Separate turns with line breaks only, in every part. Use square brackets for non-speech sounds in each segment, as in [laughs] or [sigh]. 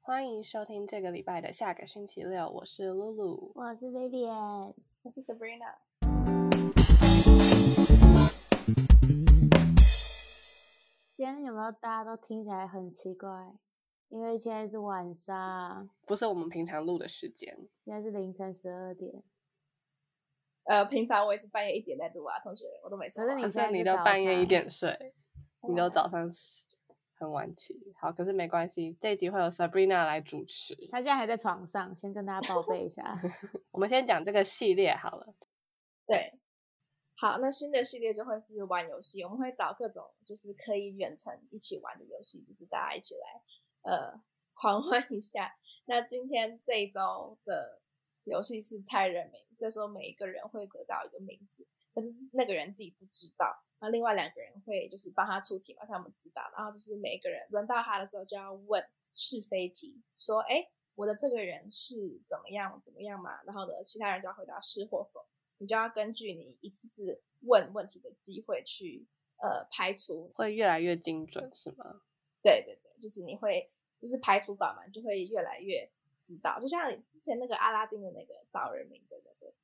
欢迎收听这个礼拜的下个星期六，我是露露。
我是 Vivian，
我是 Sabrina。
今天有没有大家都听起来很奇怪？因为现在是晚上，
不是我们平常录的时间，
现在是凌晨十二点，
呃，平常我也是半夜一点在录啊，同学，我都没说
可是
话。
你
可
现在
是你
是
都
早
半夜一
上
点睡，你都
哇
早上很晚起。好，可是没关系，这一集会有 Sabrina 来主持。
他现在还在床上，先跟大家报备一下。
我们先讲这个系列好了。
对，好，那新的系列就会是玩游戏，我们会找各种就是可以远程一起玩的游戏，就是大家一起来呃 [laughs] 狂欢一下。那今天这一周的游戏是猜人名，所以说每一个人会得到一个名字，可是那个人自己不知道，然后另外两个人会就是帮他出题嘛，让他们知道，然后就是每一个人轮到他的时候就要问是非题，说哎。我的这个人是怎么样怎么样嘛？然后呢，其他人就要回答是或否。你就要根据你一次次问问题的机会去呃排除。
会越来越精准是吗？
对对对，就是你会就是排除法嘛，你就会越来越知道。就像你之前那个阿拉丁的那个找人名的那个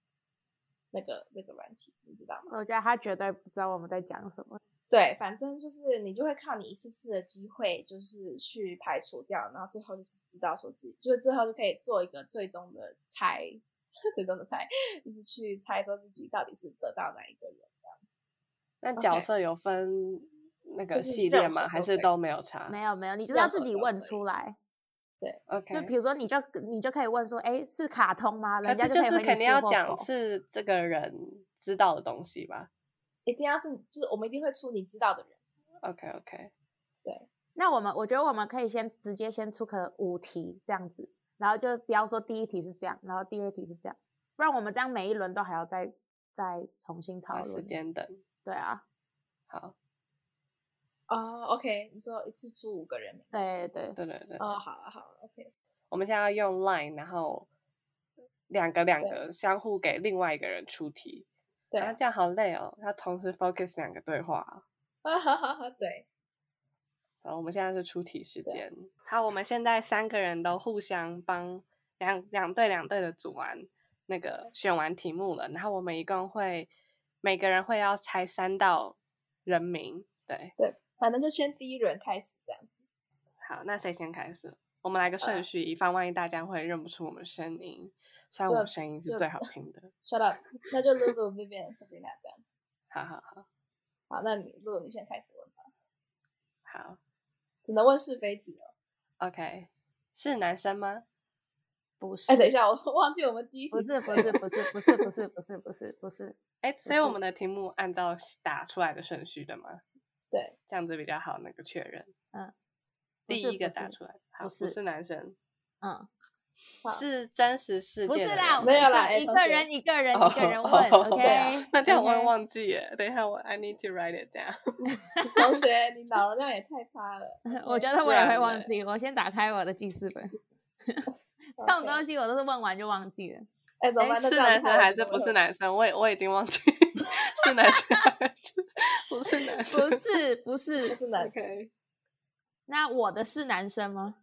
那个那个软体，你知道
[laughs]
吗？
我觉得他绝对不知道我们在讲什么。
对，反正就是你就会靠你一次次的机会，就是去排除掉，然后最后就是知道说自己，就是最后就可以做一个最终的猜， [laughs] 最终的猜，就是去猜说自己到底是得到哪一个人这样子。
那角
OK
色有分那个
就是
系
任
列
何
吗？
都
还
可
是
以
都没有差？
没有没有，你就是
任
要
何
自己
都
问
可以
出来。
OK，
就比如说，你就你就可以问说，哎，是卡通吗？
可
人家
是
可
就
以
是
回
肯
你
定
是
要
或
讲
否。
是这个人知道的东西吧
一定要是就是我们一定会出你知道的人，
？OK OK，
那我们我觉得我们可以先直接先出个五题这样子，然后就不要说第一题是这样，然后第二题是这样，不然我们这样每一轮都还要再再重新讨
花时
论。
间等。
对啊，
好，
哦、o k 你说一次出五个人名，是不
对
是
对，
对对对，
哦，好了好了，OK，
我们现在要用 Line，然后两个两
对
个相互给另外一个人出题，
对
啊，这样好累哦，要同时 focus 两个对话哦。
啊，好好好， [laughs] 对，
然后我们现在是出题时
对
间。好，我们现在三个人都互相帮两两队两队的组完那个选完题目了，然后我们一共会每个人会要猜三道人名。对，
反正就先第一轮开始这样子，
好，那谁先开始？我们来个顺
呃
序，以防万一大家会认不出我们声 [laughs] 音。虽然我
就
们声音是
就
最好听的。
shut up，那 [laughs] 就 Lulu、Vivian、Sabrina 这样子，
好好好
好，那你 Lulu 你先开始问吧，
好
只能问是非题哦，
，OK，是男生吗？
不是，
哎，等一下，我忘记我们第一题
不是不
谁
是不是不是不是不是不是不是，
哎，所以我
是
们的题目按照打出来的顺序的吗？
对，
这样子比较好那个确认。
嗯，不
第
是
一个
不
打
是
出来，好，
不
不
是
是男生，
嗯，
好
是真实世
不
界的
是啦，
人
没
吗
有啦
一
哎
个
同
一个
学
人一个人
哦
一个人问
哦对
，OK？
[laughs] 那这样我会
嗯
OK，
忘记耶。等一下，我 I need to write it down。
同学，你脑容量也太
[laughs]
差了
我觉得
不
我也
然
会忘
嘞
记，我先打开我的记事 [laughs] 本，这种
OK
东西我都是问完就忘记 [laughs] 了。
哎，怎么
哎
办？那
是
这样
男
子
生
害我
还是
觉得
不
我
是
有？
男生？我也我已经忘记 [laughs] 是男生还是不是男生
不是不是
不，是
[laughs]
男生，
？OK，
那我的是男生吗？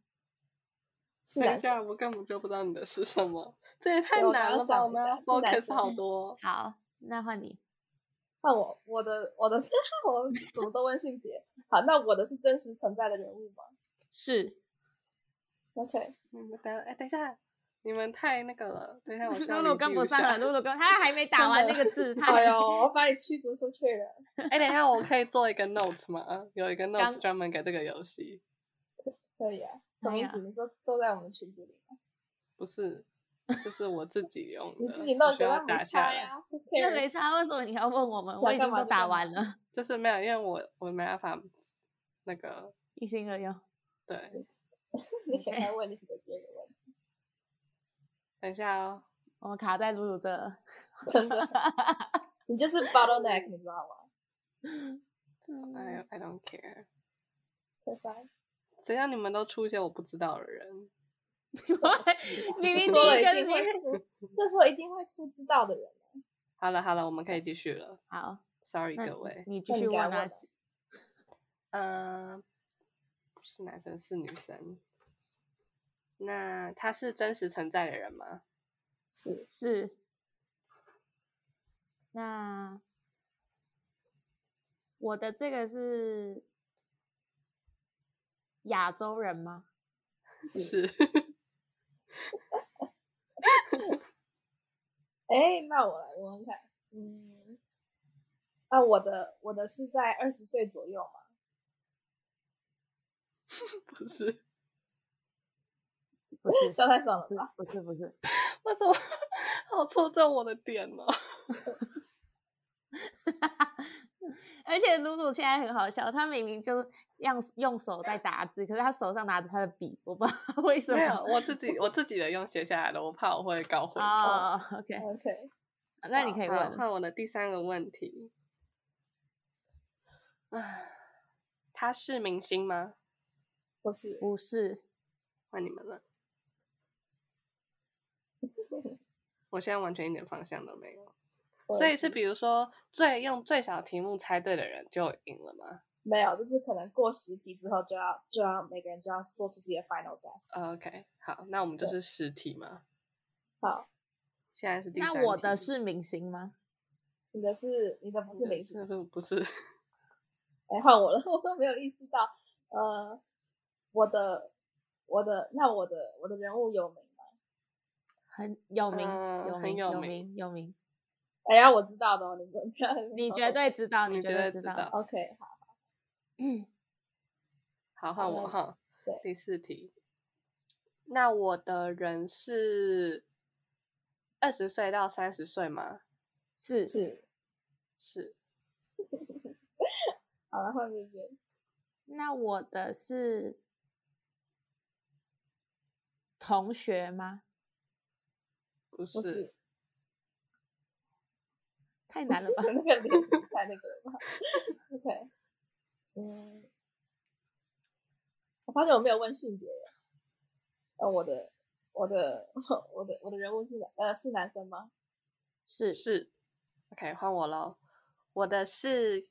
是
等
男
一
生，
下，我根本就不知道你的是什么，这也太
我刚
难了
刚
吧！
想
我
一
们要
下是男
focus
生
好多哦。
好，那换你。
那我我的我的是 [laughs] 我怎么都问性别？好，那我的是真实存在的人物吗
是，
？OK，
你们等，哎，等一下，你们太那个了。等一
[laughs]
下，我需要
露露
review
跟不
一
上
下
了，
啊
露露跟他还没打完那个字，他
哎呦，我把你驱逐出去了。
哎、等一下，我可以做一个 note 吗？啊有一个 note
刚
专门给这个游戏，
可以啊，什么
哎
意
呀
思？你说都在我们群组里吗，
不是，就是我自己用的，
[laughs] 你自己
我
弄
呃需
的，
要
让
打
你
下
猜
来。 [laughs]
呀。Who
那没
cares？
差，为什么你要问我们？我
想
已
干
经
嘛
都
就
打
干嘛
完了，
就是没有，因为我我没办法那个
一心二用。
对。
嗯
[laughs]
你想要问你的第二个问题，
等一下哦，
我们卡在露露这了，
真的，你就是 bottleneck，你知道吗
哎呦，I don't care。
拜拜
谁让你们都出一些我不知道的人？
[laughs] 明明
就
第
说了
一
一
个
定
明
会出，就说一定会出知道的人。
好了好了，我们可以继续了。
好，
Sorry
嗯
那
各位，
你继
那
续
你该
问
问
啊
了。
呃嗯、不是男生是女生，那他是真实存在的人吗？
是
是。那我的这个是亚洲人吗？
是
是，
哎，那我来问问看，嗯，那我的我的是在二十岁左右嘛？
不是？
不是，
这样太爽了
是
吧？
不是不是，
为什么 [laughs] 好戳中我的点哦呢、
而且露露现在很好笑，她明明就用用手在打字，可是她手上拿着她的笔，我不知道 [laughs] 为什么。
没有，我自己我自己的用写下来的，我怕我会搞混。
哦、o k
OK，
那你可以
好，
问
换我的第三个问题。啊，他是明星吗？
不是，
不是，
换你们了。我现在完全一点方向都没有，
我
所
也
以是比如说最用最小题目猜对的人就赢了吗
没有，就是可能过十题之后就要就要每个人就要做出自己的 final guess。
呃？OK，好，那我们就是
对
十题嘛。
好，
现在是第
那
三题。
我的是明星吗？
你的是你的不是
你的
明星，
是不不是？
哎，换我了， [laughs] 我都没有意识到，呃，我的我的那我的我的人物有名吗？
很有名，
嗯
有
很
名，
有
有
名
名，有名。
哎呀，我知道的哦，你们
你绝对知道，
你
你
绝
绝
对
对知
知
道。嗯
道。
OK 好，
好，换我
了
哈
对。
第四题，那我的人是二十岁到三十岁吗？
是
是
是。
好了，换明明，
那我的是同学吗？
不
不
是
是，
太难
[laughs]？
了吧
那个脸不太那个了吧？OK，嗯，我发现我没有问性别耶，呃，我的我的 [laughs] 我的我的人物是男呃是男生吗？
是
是。OK，换我喽。我的是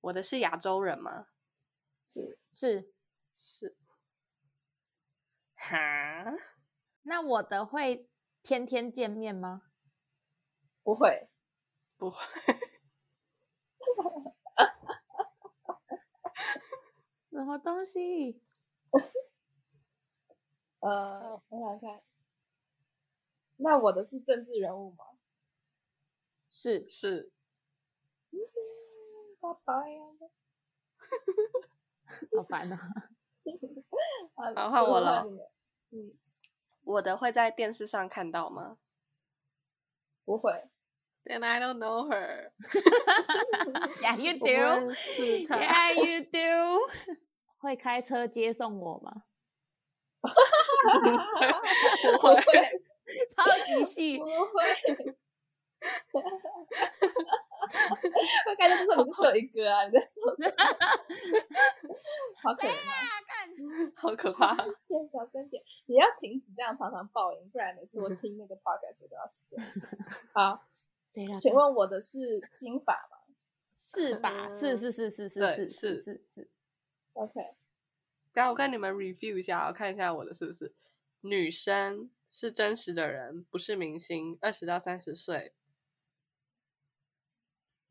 我的是亚洲人吗？
是
是。
是。 [laughs] 哈，
那我的会天天见面吗？
不会，
不会，
什么东西？
哦
呃，我想看，那我的是政治人物吗？
是
是
爸爸呀，
好烦啊！
好
好
换我了。哦
如果换你嗯，
我的会在电视上看到吗
不会，
[laughs] ？Then I don't know her
呀 y o u
我不认
do.
识她。
Yeah, you do. 会开车接送我吗？
[laughs] 不
不 [laughs]
会，
会，
超级
[laughs]
细
不，会。我感觉就说你就只有一个啊，你在说什么？好可怕！
好可怕。
点小声点，你要停止这样常常爆音，不然每次
嗯
我听那个 podcast 我都要死掉。
[laughs]
好，
谁让
请问我的是金发吗
是吧？是
嗯
是是是是
对
是是
是
是是，
？OK，
等一下我跟你们 review 一下，我看一下我的是不是女生是真实的人，不是明星，二十到三十岁，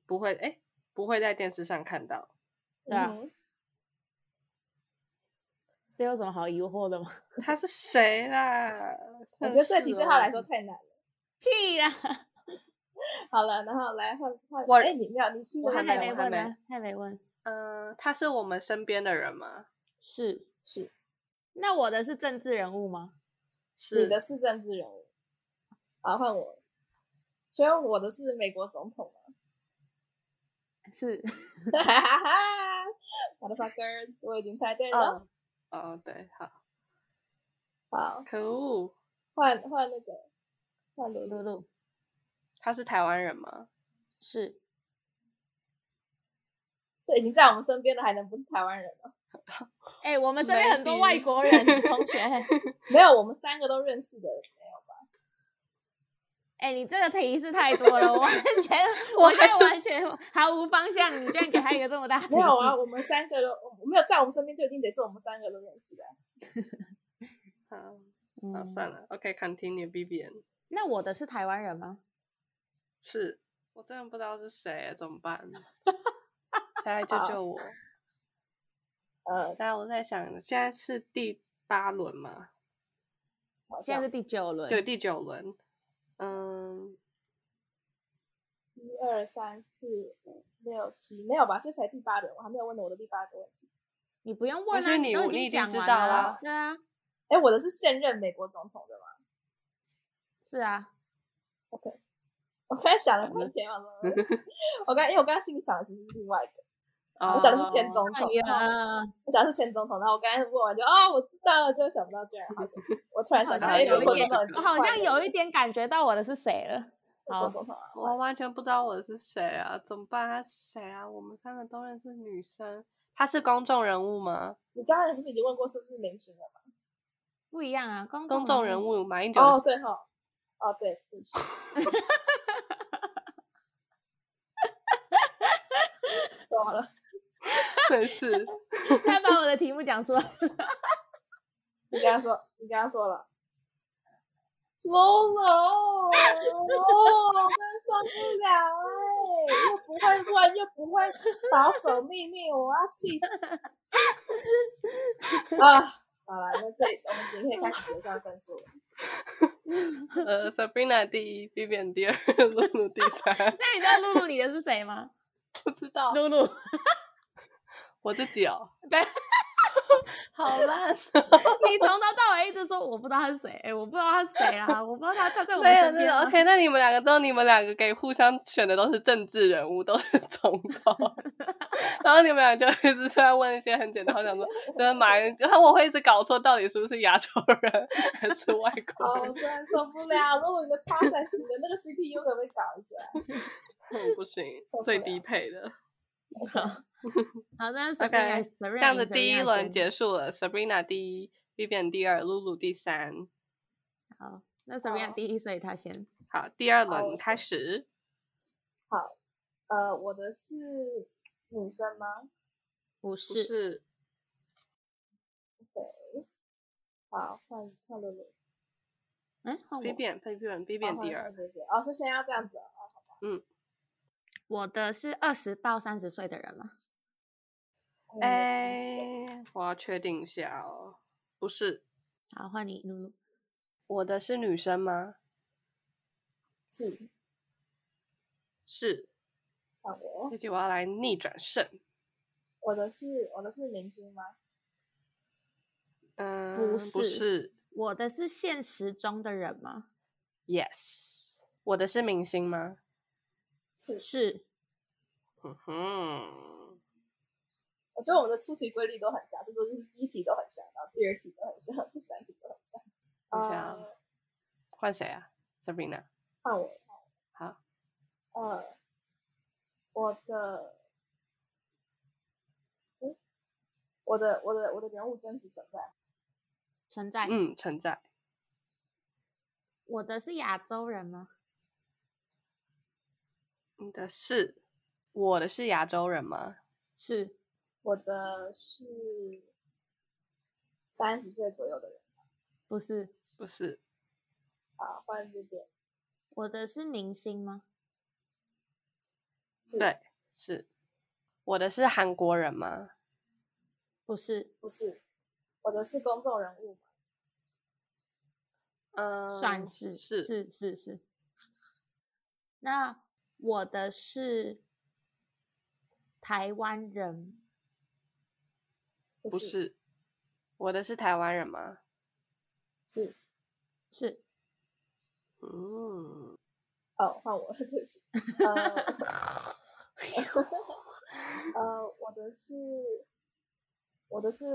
不会哎、不会在电视上看到，
对啊
嗯哼
这有什么好疑惑的吗？
他是谁啦？
我
真
觉得这题
是
对
哦
他来说，太难了。
屁啦！
好了，然后来换换，
我
哎，你没有，你新
我
的
还
还
没
没
我还
问
没
呢，还没问。
嗯、他是我们身边的人吗？
是，
是
那我的是政治人物吗？ [laughs]
是
你的是政治人物，好换我。请问我的是美国总统吗？啊
是，
[laughs] 哈哈哈哈 m o t h e r f u c k e r s 我已经猜对了。
哦哦对，好，
好，
可恶，
换换那个，换鲁
露
鲁。
露
他是台湾人吗？
是，
这已经在我们身边了，还能不是台湾人吗？
哎，我们身边很多
Maybe
外国人同学，
没有，我们三个都认识的人。
哎，你这个提示太多了，我完全，
我
我现
还
在
是
完全毫无方向，你居然给他一个这么大的提示，
[laughs] 没有啊，我们三个都我没有在我们身边，就一定得是我们三个都认识的。
嗯，好，算了，OK，continue、b B N
那我的是台湾人吗？
是，我真的不知道是谁，怎么办？谁
[laughs]
来救
好
救我？
呃，
但我在想，现在是第八轮嘛？
好
现在
像
是第九轮。
对，，第九轮。嗯，
一二三四五六七，没有吧？这才第八轮，我还没有问到我的第八个问题。
你不用问
是
啊，
你
都
我你已经
讲
知
完
道
了
啦。
对啊，
哎，我的是现任美国总统的吗
是啊，
？OK，我刚才想了半天，我
嗯
说 [laughs] 我刚因为我刚刚心里想的其实是另外一个，我想
哦
的是前总
哎
统，然后
呀，
我想的是前总统，然后我刚才问完就哦，我知道了，就想不到居然
[laughs]
好像我突然
好
想到，
像
哎，
有
美
一
国
点
总统，
我好像有一点感觉到我的是谁了。
美国
好
总统啊，
我完全不知道我是谁啊，怎么办？他是谁啊？我们三个都认识女生，她是公众人物吗？
你刚才不是已经问过是不是明星了吗？
不一样啊，公
公众
众
人
物。
物马英九
哦，
是
对哈，哦对，对不起，
[laughs]
对不起 [laughs] 怎么了？
真是
他把我的题目讲出来， [laughs]
你跟他说，你跟他说了。喽喽，哦，真受不了哎、又不会问，又不会保守秘密，我要气死！啊，好了，那这里我们今天开始结算分数了。
[laughs] 呃，Sabrina 第一，Vivian 第二，露露第
[laughs]
三，
那你知道露露你的是谁吗？
不知道
露露，
我自己哦，
对，
好烂，
[laughs] 你从头到尾一直说我不知道他是谁，哎我不知道他是谁啊，我不知道他他在我们
没有
身
那
边啊
个
吗。
OK，那你们两个都你们两个给互相选的都是政治人物，都是总统， [laughs] 然后你们俩就一直在问一些很简单，我想说，真的马英九，然后我会一直搞错到底是不是亚洲人还是外国人
[laughs] 哦，。真的受不了！如果你的 process，你的那个 CPU 可不可以搞一下？
嗯，不行
受，不
最
了
低配的。
好，那
OK，
Sabrina-
这
Sabrina
样
赢
子第一
Sabrina
轮
先
结束了，Sabrina 第一，Vivian 第二，露露第三。
好，那 Sabrina
好
第一，所以他先。
好，第二
好
轮
我
开
先
始。
呃，我的是女生吗？
不
不
是，
是，
好，换换露露，
嗯，换我
Vivian，Vivian，Vivian 第二。
对对。哦，是先要这样子哦。
我的是二十到三十岁的人吗？
嗯
哎
是谁，
我要确定一下哦，不是，
好，换你露露。
我的是女生吗？
是
是，
换我，
这局我要来逆转胜。
我的是我的是明星吗？
嗯，不
是
是
我的是现实中的人吗？
，Yes，我的是明星吗？
是，
是，
嗯哼，
我觉得我们的出题规律都很像，这就是第一题都很像，然后第二题都很像， [laughs] 第三题都很像。
等一下啊
呃，
换谁啊？Sabrina。
换我，
好，
呃，我的，诶我的我的我的人物真实存在，
存在。
嗯，存在。
我的是亚洲人吗？
你的是我的是亚洲人吗？
是，
我的是三十岁左右的人。
不是？
不是，
好，啊换这边
我的是明星吗？
是
对是我的是韩国人吗？
不是，
不是？我的是公众人物嘛？
嗯，
算是
是
是是是。那我的是台湾人，
不
不
是
是？我的是台湾人吗？
是
是
嗯，
哦，换我了， [laughs] 对不起。呃呃，我的是我的是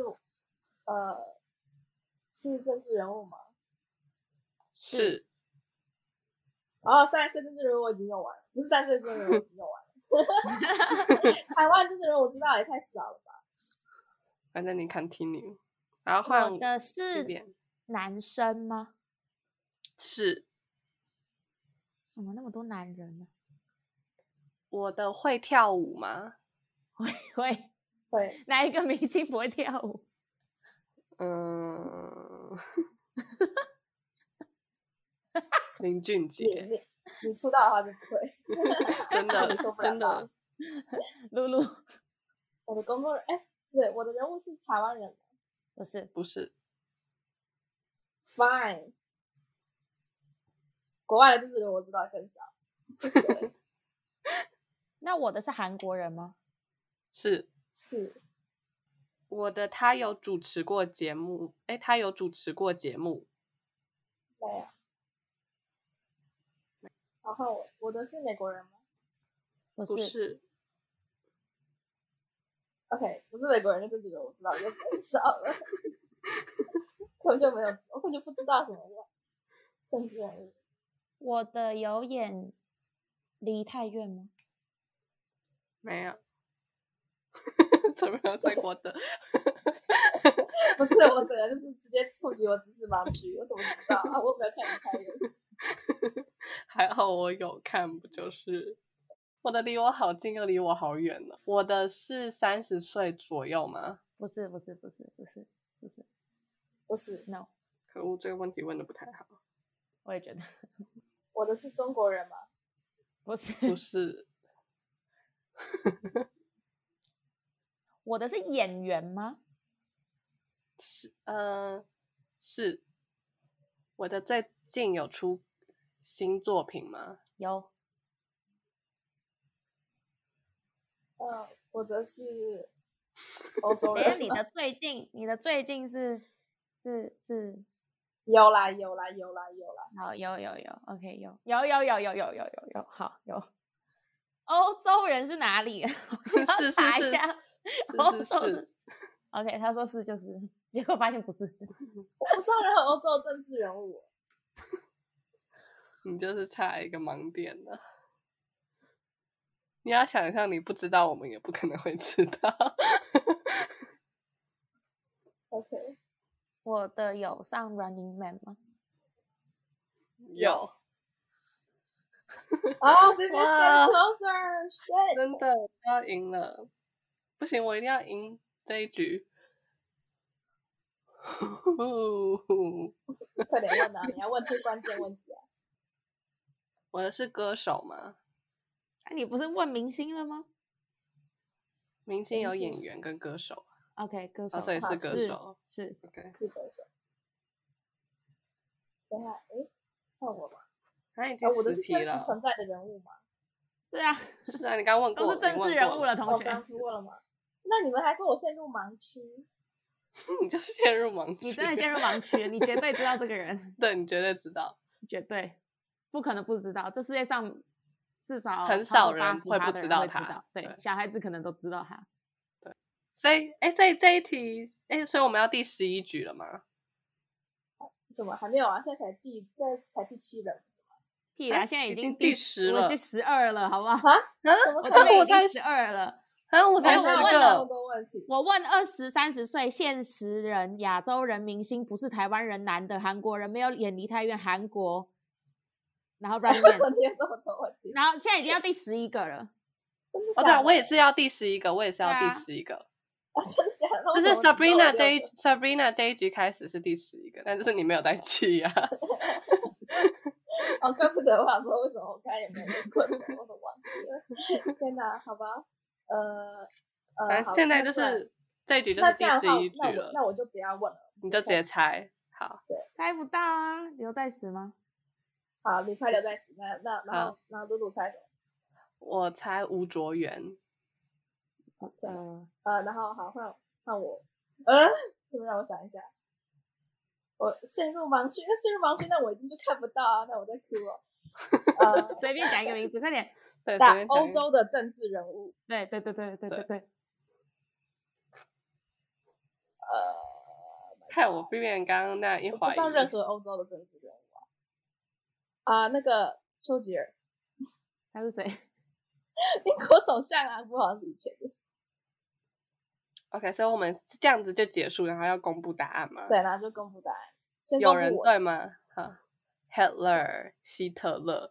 呃是政治人物嘛？
是
哦，三十岁政治人物我已经用完了，不是三十岁政治人物我已经用完了。 [laughs] 台湾政治人物我知道也太少了吧？
反正你 continue，然后换
我的是
Vivian
男生吗？
是
怎么那么多男人呢、 [laughs]
我的会跳舞吗？
会会，
对，
哪一个明星不会跳舞？
嗯， [laughs] 林俊
你
杰，
你你出道的话就不会，
[laughs] 真的
你做不了
真的
吧，
露露
我的工作人哎、不对，我的人物是台湾人
不是
不是
，Fine。国外的政治人我知道更少，是谁？
那我的是韩国人吗？
是
[laughs] 是
我的，他有主持过节目，诶，他有主持过节目，
没有。然后我我的是美国人吗
不
不
是，
是
？OK，不是美国人的政治人我知道就更少了， [laughs] 根本就没有，我根本就不知道什么政治人物。
我的有演梨泰院吗？
没 [laughs] 有，怎么样？在我的
不是，我整个就是直接触及我知识盲区，我怎么知道啊？我没有看你开源，
还好我有看，不就是我的离我好近又离我好远呢？我的是三十岁左右吗？
不是，不是，不是，不是，不是
不是，
，no，
可恶，这个问题问的不太好，
我也觉得
我的是中国人嘛？
不是，
不是
我的是演员吗？
是呃是我的最近有出新作品吗？
有，
嗯，我的是欧洲
哎，
人
你
嘛。
的最近，你的最近是是是，
有啦有啦有啦有啦，
好，有有有，OK，有有有有有有有有有，好有。欧洲人是哪里？啊 [laughs] 我要
是是
查
是
一下。欧
是是
洲
是，
OK，他说是就是，结果发现不是。
我不知道任何欧洲的政治人物。
你就是差一个盲点了。你要想象你不知道，我们也不可能会知道。 [laughs]
OK，
[laughs] 我的有上 Running Man 吗？
有，
啊、oh,，Baby
哇
Stay Closer，shit，
[laughs] 真的我要赢了，不行，我一定要赢这一局。 [laughs]
快点问啊！ [laughs] 你要问最关键问题啊！
我的是歌手吗？
啊，你不是问明星了吗
明星
明
有
星
演员跟歌手啊，
？OK，歌手，啊
所以
好
是歌
是
手。
是
OK，
是歌手。等一下，诶，看我吧。
那已
啊
经，
我的
十
是
题
真实存
了。
在的人
[laughs]
物吗？
是啊，
是啊，你刚问过，
都是政
你问
治人
过
物了，同
哦，
学。
刚刚问了吗？那你们还说我陷入盲区？
嗯你就陷入盲区。
你真的陷入盲区了，你绝对知道这个人，
对，你绝对知道，
绝对不可能不知道。这世界上至少
很
超
少
过
人
80%
会不
的
知
人
道
会
他对
对，小孩子可能都知道他。
所以哎，所以这一题哎，所以我们要第十一局了吗？
什么还没有啊？现在才第，现在才第七人，
屁
啊
啦，现在
已
哎已
经
经
第
10
10
我
了
是十二了，好不 [laughs] 好？
啊，
怎么
我
可
这
能？
边
我
已经
才
十二了。
啊，我才
有
十
我
问
问
了那么
个，
多问题，
我问二十三十岁现实人、亚洲人、明星，不是台湾人、男的、韩国人，没有演梨泰院、韩国，然后 Running
为什
Man，
么你有这么多问题？
然后现在已经要第十一个了。
真的
哦，
假
对啊，
的？
嗯我也是要第十一个，我也是要
对
第
啊
十一个。
啊， [laughs] 真的假的？
就
那为
是
什么你都有
Sabrina 这一
六个
Sabrina 这一局开始是第十一个，但就是你没有在记
[laughs]
啊。
哦，怪不得我想说为什么我刚才也没有困，我都忘记了。 [laughs] 天哪，好吧，呃呃，
反
好
正现在
那
就
不然
是这一局就
那
是第
这样的话
十一，
那
局
我
了，
那我就不要问了。
你就直接猜。好，
[laughs] 猜不到啊，刘在石吗？
好，你猜刘在石，那那然后然后露露猜什么？
我猜吴卓源。
好，这样
嗯，
呃，然后好换换我，呃，你们让我想一下，我陷入盲区。那陷入盲区，那我一定就看不到啊，那我在哭哦。
[laughs]
呃，
随便讲一个名字，快点。
对，随
打
便讲
欧
一个
洲的政治人物，
对对对对对对对，
呃，
害我避免刚刚那一
我不
怀
知道任
疑。
何欧洲的政治人物啊。啊、那个丘吉尔， [laughs]
他是谁？
英国首相啊，不好像是以前的。
OK，所以我们这样子就结束，然后要公布答案吗？
对，然后就公布答案。先
有
公
人
布我
对吗？好，Hitler 希特勒。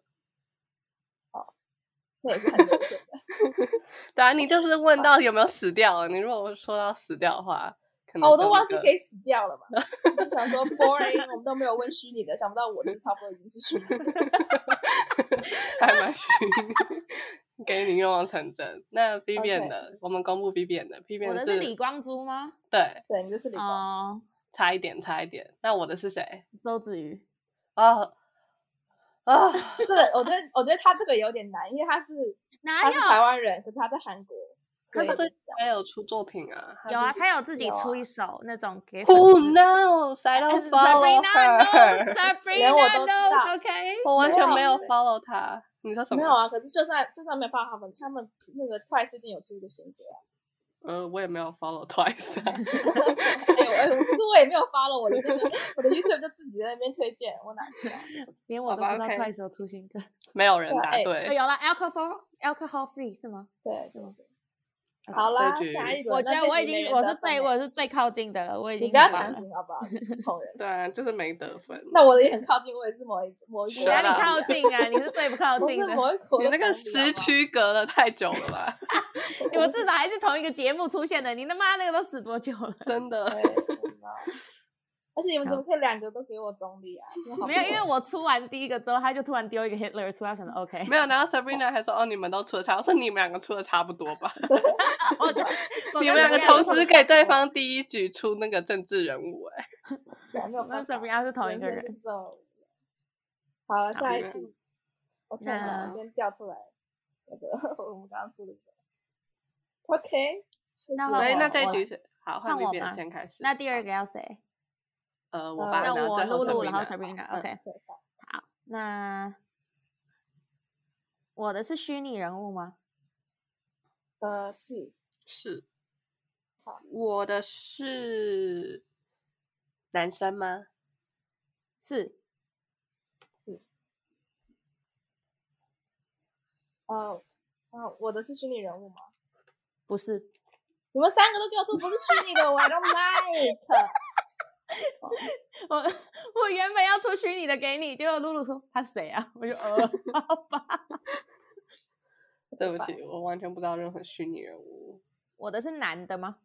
那也是很久以前的。哦
对啊，你就是问到有没有死掉。你如果说到死掉的话，可能
哦，我都
跟
忘
那
记
个
可以死掉
[laughs]
了嘛。我就想说 boring，我们都没有问虚拟的，想不到我就差不多已经是虚拟的。
[laughs] 还蛮虚拟，给你愿望成真。那 B 变
[laughs] OK
的，我们公布 B 变的，B 变
我的是李光洙吗？
对，
对，你这是李光洙。
哦，
差一点，差一点。那我的是谁？
周子瑜。
哦
[laughs]
啊，
这个我觉得，我觉得他这个有点难，因为他是
哪
他是台
有？
湾人，可是他在韩国。所以
他最近
讲
还有出作品啊，
有啊，
就是
他有自己
有
出
啊
一首那种给粉丝
Who knows?
[laughs]
I don't follow her. [laughs]
Sabrina
连我都知
knows,
道 [laughs]
OK。
我完全没有
对
follow 他。你说什么？
没有啊，可是就算就算没办法，他们他们那个 Twice 最近有出一个新歌啊。
呃，我也没有 follow twice 啊、
哎我哎我其实我也没有发了我的那个我的 YouTube 就自己在那边推荐，我哪知道？
连我
好
都不
吧
知道
，OK
快手出新歌。
没有人答
哎
对。
哦有了，alcohol alcohol free 是吗？
对对对。
嗯
好啦，
这局
下一轮。
我觉
那
得
这
我已
集没
经
人
我
得
是
分
最
了
我是最靠近的了，我已经
你不要
很棒
强
了
行好不好？捅人。
对啊，就是没得分。 [laughs]
那我的也很靠近，我也是某一某一
[laughs]
谁
你哪里
啊
靠近啊？你是最不靠
我
近
是
的。
某一国
你
的
那个
总
时
理好不好
区隔了太久了吧？
你们至少还是同一个节目出现的，你他妈那个都死多久了？ [laughs]
真
[laughs]
的。
对我知道而且你们怎么可以两个都给我总理啊？真的好
没有，
不
因为我出完第一个之后，他就突然丢一个 Hitler 出来，我想着 OK，
[laughs] 没有，然后 Sabrina 还说：“哦，你们都出的差不多，是你们两个出的差不多吧？
哦对 [laughs] 我
你们
跟
两个
Sabrina
同
是
时给对方第一局出那个政治人物、哎，
对没有
我跟
办法
Sabrina 是同一
人
个
生
人
就。是这么无聊好了，下一
那
题，我看一下，
那
我先调出来那个 [laughs] 我们刚刚出的这个。OK，
那换
欸所以
我
那这一
我
局是好，换
换
你
我
变
吧
先开始。
[laughs] 那第二个要谁？
呃，我
呃
爸，然
那
后
我
最后
露露，
Sabrina
然后
吧嗯
Sabrina。OK，
对好
好，那我的是虚拟人物吗？
呃，是
是
好，
我的是男生吗？
是，
呃，啊，我的是虚拟人物吗？
不是？
你们三个都给我出不是虚拟的，我 I don't [laughs]
[laughs]
like。
我 [laughs] 我原本要出虚拟的给你，结果露露说他谁啊？ [laughs] 我就呃，好吧。
对不起，我完全不知道任何虚拟人物。
我的是男的吗？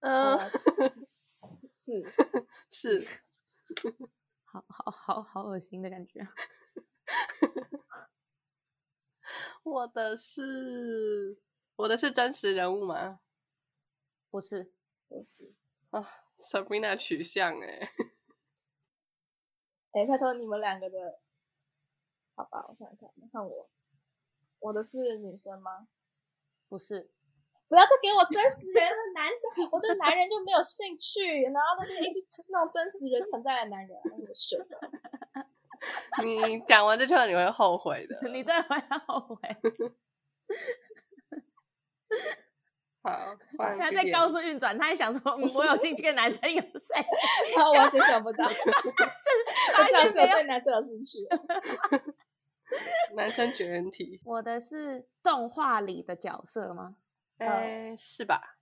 嗯
嗯 [laughs]
呃，，是是
是
好好好好恶心的感觉啊。
我的是我的是真实人物吗？
不是，
不是。
啊，Sabrina 取向哎、
哎，拜托你们两个的，好吧，我想想看，看我，我的是女生吗？
不是，。
不要再给我真实人和男生，我对男人就没有兴趣，然后那边一直弄真实人存在的男人，我选的
[laughs] 你讲完这句话你会后悔的
你真的会后悔。
好，换
他
B
在
变
高速运转，他还想说， [laughs] 嗯我有兴趣的男生有 [laughs] 谁？
然后完全想不到，我
他
只要
就是没
有
有。
对男生有兴趣，
男生绝缘体，
我的是动画里的角色吗？ [laughs]
哎、是吧？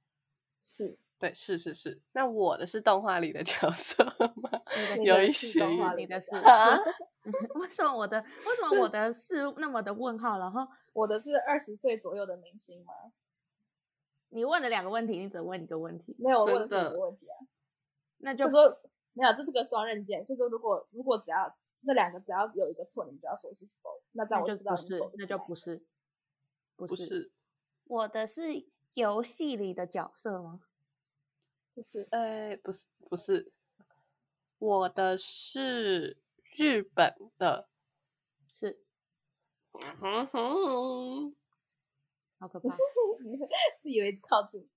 是
对，是是是。那我的是动画里的 [laughs] 角色吗？
[laughs] 你
有
的
一
是动
些
画
你
里
的是
角色
啊，
为什么我的为什么我的是那么的问号？然后
我的是二十岁左右的明星吗？
你问了两个问题，你只问一个问题，
没有，我问的是
真的
你的问题啊，
那就
就说没有，这是个双刃剑，就说如果如果只要这两个只要有一个错，你们就要说是否，那这
那
样我
就
知道
不
你们
是
否，
那就不是，不
不
是。
是，
我的是游戏里的角色吗？
不是 [laughs]
哎，不是不是，我的是日本的。
是，
嗯哼，
好可
不
怕
是。，自以为靠近。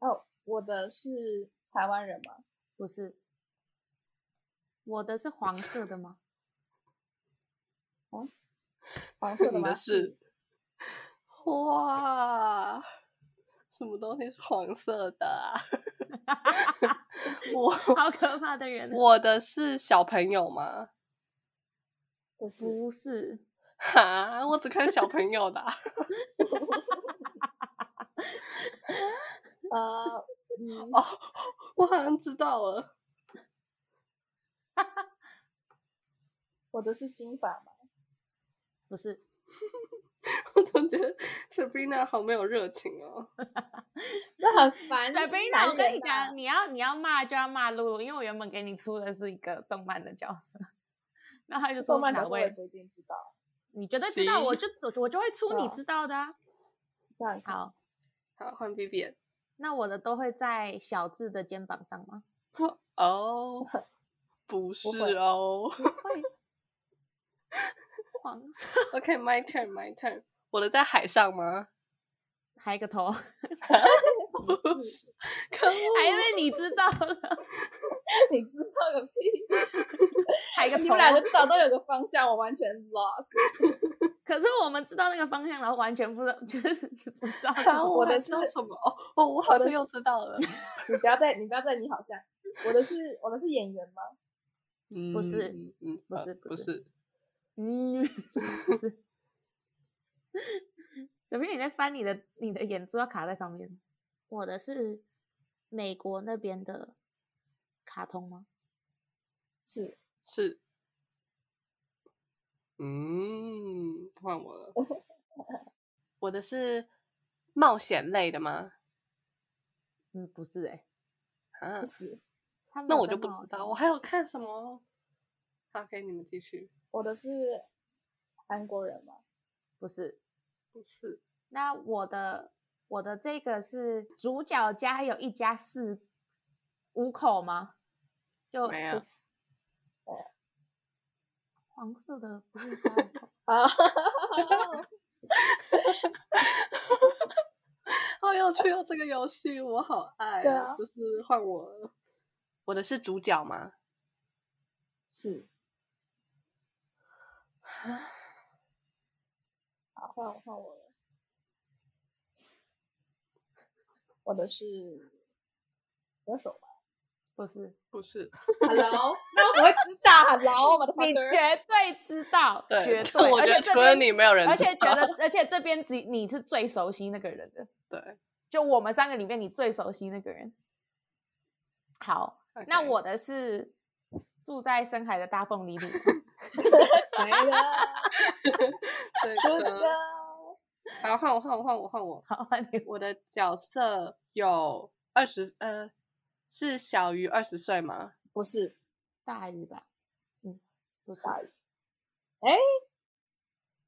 哦，我的是台湾人吗？
不是，我的是黄色的吗？
黄色的
你
吗？
的是， [laughs] 哇，什么东西是黄色的啊？ [laughs] 我
好可怕的人。
我的是小朋友吗？
不是？
不是，
哈，我只看小朋友的啊、
呃，嗯，
哦，我好像知道了， [laughs]
[laughs]
我的是金发吗？
不是，
我总觉得 Sabrina 好没有热情哦。
这很烦。这
小
是
贝娜，
烦
我跟
人
你
啊
讲，你要你要骂就要骂露露，因为我原本给你出的是一个动漫的角色，然后他就说
动漫
哪
角色我也
位，
不一定知道。
你绝对知道，我
行
就我我就会出你
对啊
知道的、啊。
这
[laughs]
样看，
好，
好，换 B B
那我的都会在小智的肩膀上吗？
哦，不是
会
哦。
[laughs] 会。黄色
OK，my、turn，my turn。我的在海上吗？
还有个头，
不
是
是， [laughs] 可恶！
还因为你知道了，
[laughs] 你知道
[laughs]
个屁！
还有个头。
你们两个至少都有个方向，我完全 lost。
可是我们知道那个方向，然后完全不知道，就是不知道是什
啊，
么
我
我的
还
是
知道什么？哦哦，我好
我的
像
是
又知道了。
你不要再，你不要再，你好像我的是我的是演员吗？
嗯
不是
嗯嗯，
不
呃
是不
不
是
是，
嗯， [laughs] 不是。小编你在翻你的你的眼珠要卡在上面。我的是美国那边的卡通吗？
是
是，嗯，换我了。我的是冒险类的吗？
嗯，不是哎、
啊
不，是？
他没
那
有
我
跟
就不
冒
知道。
险
我还有看什么？OK，你们继续。
我的是韩国人吗？
不是。
不是，
那我的我的这个是主角家有一家四五口吗？就
没有
不是哦黄色的不是家五口
啊，
好有 [laughs] 趣哦！这个游戏我好爱
对
哦、
啊
就是换我了。我的是主角吗？
[laughs] 是。好，换我换我了。我的是歌手吗
[laughs] 不是，
不是，
？Hello，那我怎么会知
哦
道？Hello，我的
你绝对知道，
[laughs] 对， [laughs]
绝
就
对，
我
而
觉
且
得
这
除了
边
你，没有人知道，
而且觉得，而且这边只你是最熟悉那个人的，
[laughs] 对。
就我们三个里面你最熟悉那个人。好，那
OK
我的是住在深海的大
[laughs]
凤梨里吗，
没了，
对啊
真
的
的。
好，换我，换我，换我，换我。
好，你
我的角色有二十，呃，是小于二十岁吗？
不是
大鱼吧？嗯，不是，
大鱼。哎，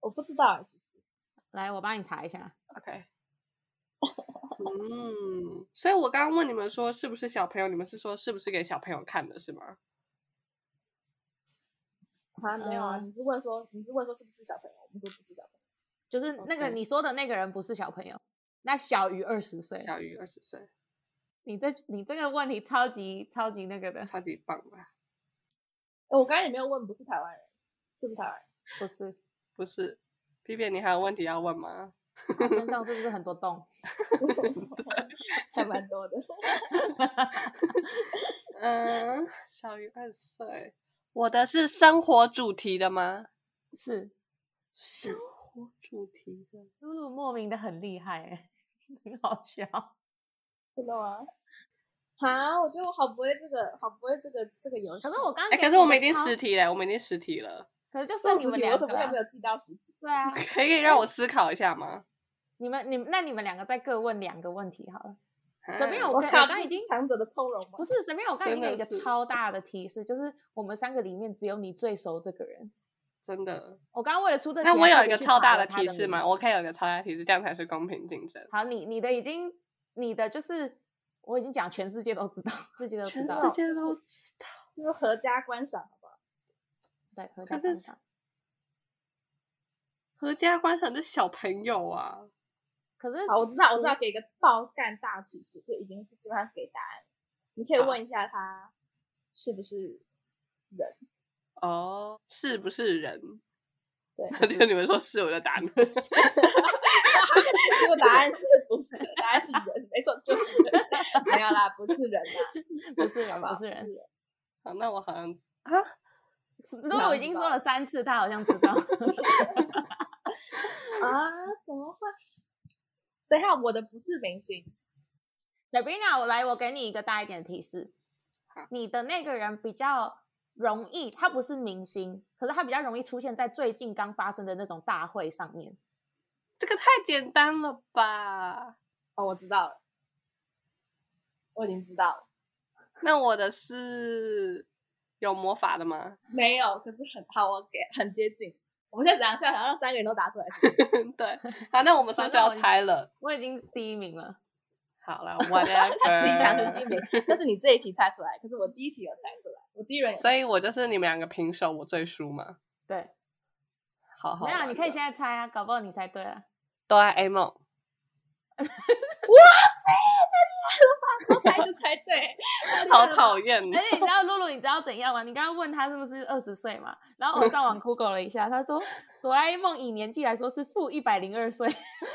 我不知道，欸其实
来，我帮你查一下。
[laughs] OK，嗯，所以我刚刚问你们说是不是小朋友，你们是说是不是给小朋友看的，是吗？
啊没有啊。
嗯
你是问说，你是问说是不是小朋友？我们都不是小朋友。
就是那个
OK
你说的那个人不是小朋友，那小于二十岁。
小于二十岁，
你这你这个问题超级超级那个的，
超级棒吧？
哎，我刚才也没有问，不是台湾人，是不是台
[laughs]
湾人？
不是？
不是皮皮，你还有问题要问吗？
他身上是不是很多洞？ [laughs]
[laughs] 还蛮多的。
嗯， [laughs] 小于二十岁，我的是生活主题的吗？
是
生活主题的，
露露莫名的很厉害、 [laughs] 欸，很好笑。
真的吗？啊，我觉得我好不会这个，好不会这个这个游戏。
可是我刚
哎、可
刚、
是我们已经
十
十，题了，我们已经十题了，
可是就
送
是你们
十题，我
两
怎
个
么会
啊、
没有记到十题？
对啊，
[laughs] 可以让我思考一下吗？
你们你们那你们两个再各问两个问题好了。随便
啊
我
我
刚
靠，
我刚
这
已
是
经
强者的从容吗
不？是，随便我刚才
真
给你一
的
个
是
超大的提示，就是我们三个里面只有你最熟这个人。
真的。
我刚刚为了出这题，
那我
还
有
特
一
别
个
去
超
查
大
了
的
他
提示
名
吗？
字
我可以有一个超大的提示，这样才是公平竞争。
好，你你的已经，你的就是我已经讲全世界都知道，世界都
全
知
世
道，
界
就是
都知道。
就是合家观赏，好不好？
对，合
可
家
是
观赏。
合家观赏的小朋友啊，
可是
好，我知道，我知
主
道，给一个爆干大提示，就已经基本上给答案。你可以
好
问一下他是不是人？
哦，是不是人？
对，
就你们说是， [laughs] 我就打你。
这个答案是不是？答案是人，没错，就是人。
[laughs]
没有啦，不是人啦，
不是
好
人，
不好
不是人。
好，啊那我好像
露露已经说了三次，他好像知道。
[laughs]
啊？怎么会？等一下，我的不是明星，
Sabrina，我来，我给你一个大一点的提示
好。
你的那个人比较容易，他不是明星，可是他比较容易出现在最近刚发生的那种大会上面。
这个太简单了吧？
哦，我知道了，我已经知道了。
那我的是有魔法的吗？ [laughs]
没有，可是很好，我给很接近。我们现在怎样？现在想要让三个人都答出来是
[laughs]
不是，
对，好，那我们是不是要
反正我
猜了？
我已经第一名了。
好
[laughs]
了
他自己抢成第一
，whatever。
名，但是你这一题猜出来，可是我第一题有猜出来，我第一轮有
所以我就是你们两个平手，我最输嘛。
对，
好好
没
玩的，
有，你可以现在猜啊，搞不好你猜对 [laughs] 了。
哆啦 A
[laughs]
梦。
说猜就猜对，
[laughs] 好讨厌哦
而且你知道露露，你知道怎样吗？你刚刚问他是不是二十岁嘛，然后我上 [laughs] 网 Google 了一下，他说哆啦 A 梦以年纪来说是负一百零二岁。 [laughs]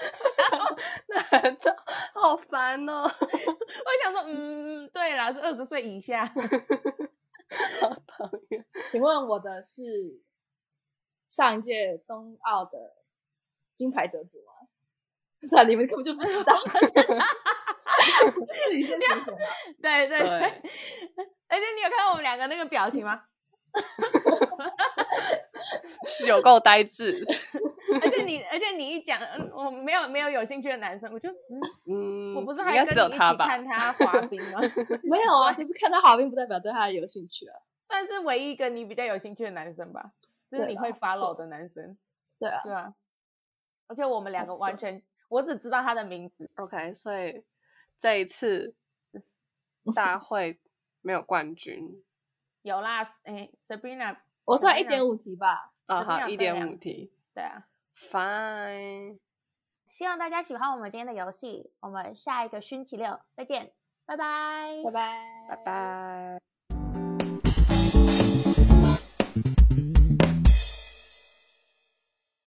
那就好烦哦，
我想说，嗯，对啦，是二十岁以下。 [laughs]
好讨厌。
请问我的是上一届冬奥的金牌得主吗？是啊，你们根本就不知道， [laughs] 自己先想想。
对对对，
对
而且你有看到我们两个那个表情吗？
是有够呆滞。
[laughs] 而且你，而且你一讲，嗯，我没有没有有兴趣的男生，我就嗯，
嗯，
我不是
应
还
该
跟
只有
你一
他
起
吧？
看他滑冰吗？ [laughs]
没有啊，可是看到好评不代表对他有兴趣啊。
算是唯一一个你比较有兴趣的男生吧，就是
对
你
啦
会
不错
follow 的男生，
对啊，
对啊。而且我们两
还
个
不
完
错
全，我只知道他的名字，
OK，所以这一
[laughs]
次大会没有冠军
有啦，哎，Sabrina，
我算一
Sabrina
点五题吧。
啊，
怎么
好，
样
一
对
点
两
五题
对啊。
，Fine，
希望大家喜欢我们今天的游戏，我们下一个星期六再见，拜拜，
拜拜，
拜拜。